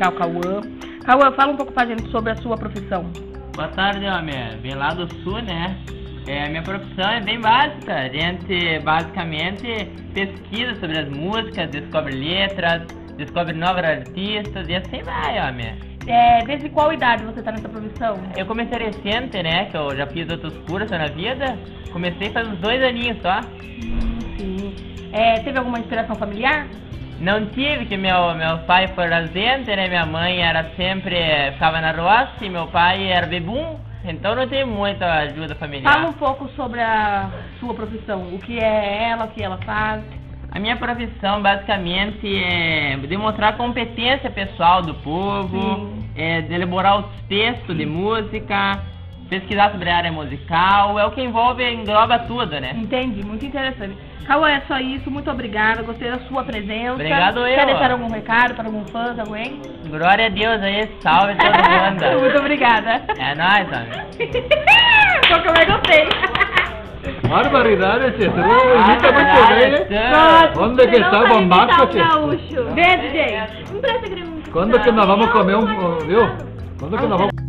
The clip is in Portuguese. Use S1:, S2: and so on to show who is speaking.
S1: Tchau, Cauã. Cauã, fala um pouco pra gente sobre a sua profissão.
S2: Boa tarde, homem. Vem lá do sul, né? É, minha profissão é bem básica. A gente basicamente pesquisa sobre as músicas, descobre letras, descobre novos artistas e assim vai, homem.
S1: É, desde qual idade você tá nessa profissão?
S2: Eu comecei recente, né? Que eu já fiz outros cursos na vida. Comecei faz uns dois aninhos só.
S1: Hum, sim. É, teve alguma inspiração familiar?
S2: Não tive, que meu, meu pai foi razente, né? Minha mãe era sempre, ficava na roça e meu pai era bebum. Então não tem muita ajuda familiar.
S1: Fala um pouco sobre a sua profissão. O que é ela, o que ela faz?
S2: A minha profissão basicamente é demonstrar competência pessoal do povo, é elaborar os textos de música, pesquisar sobre a área musical, é o que envolve, engloba tudo, né?
S1: Entendi, muito interessante. Cauã, é só isso, muito obrigada, gostei da sua presença.
S2: Obrigado eu.
S1: Quer deixar algum recado para algum fã, alguém?
S2: Glória a Deus aí, salve todo mundo.
S1: muito obrigada.
S2: É nóis, homem.
S1: Só que eu mais gostei.
S3: Barbaridade, tia. Você
S2: Ah,
S3: não imita muito
S2: caralho,
S3: bem, hein?
S2: então.
S3: Onde que está a bombaca, tia?
S1: Beijo, gente. 네.
S4: Não presta gremista.
S3: oh, Quando que nós vamos comer um... Viu? Quando que nós vamos...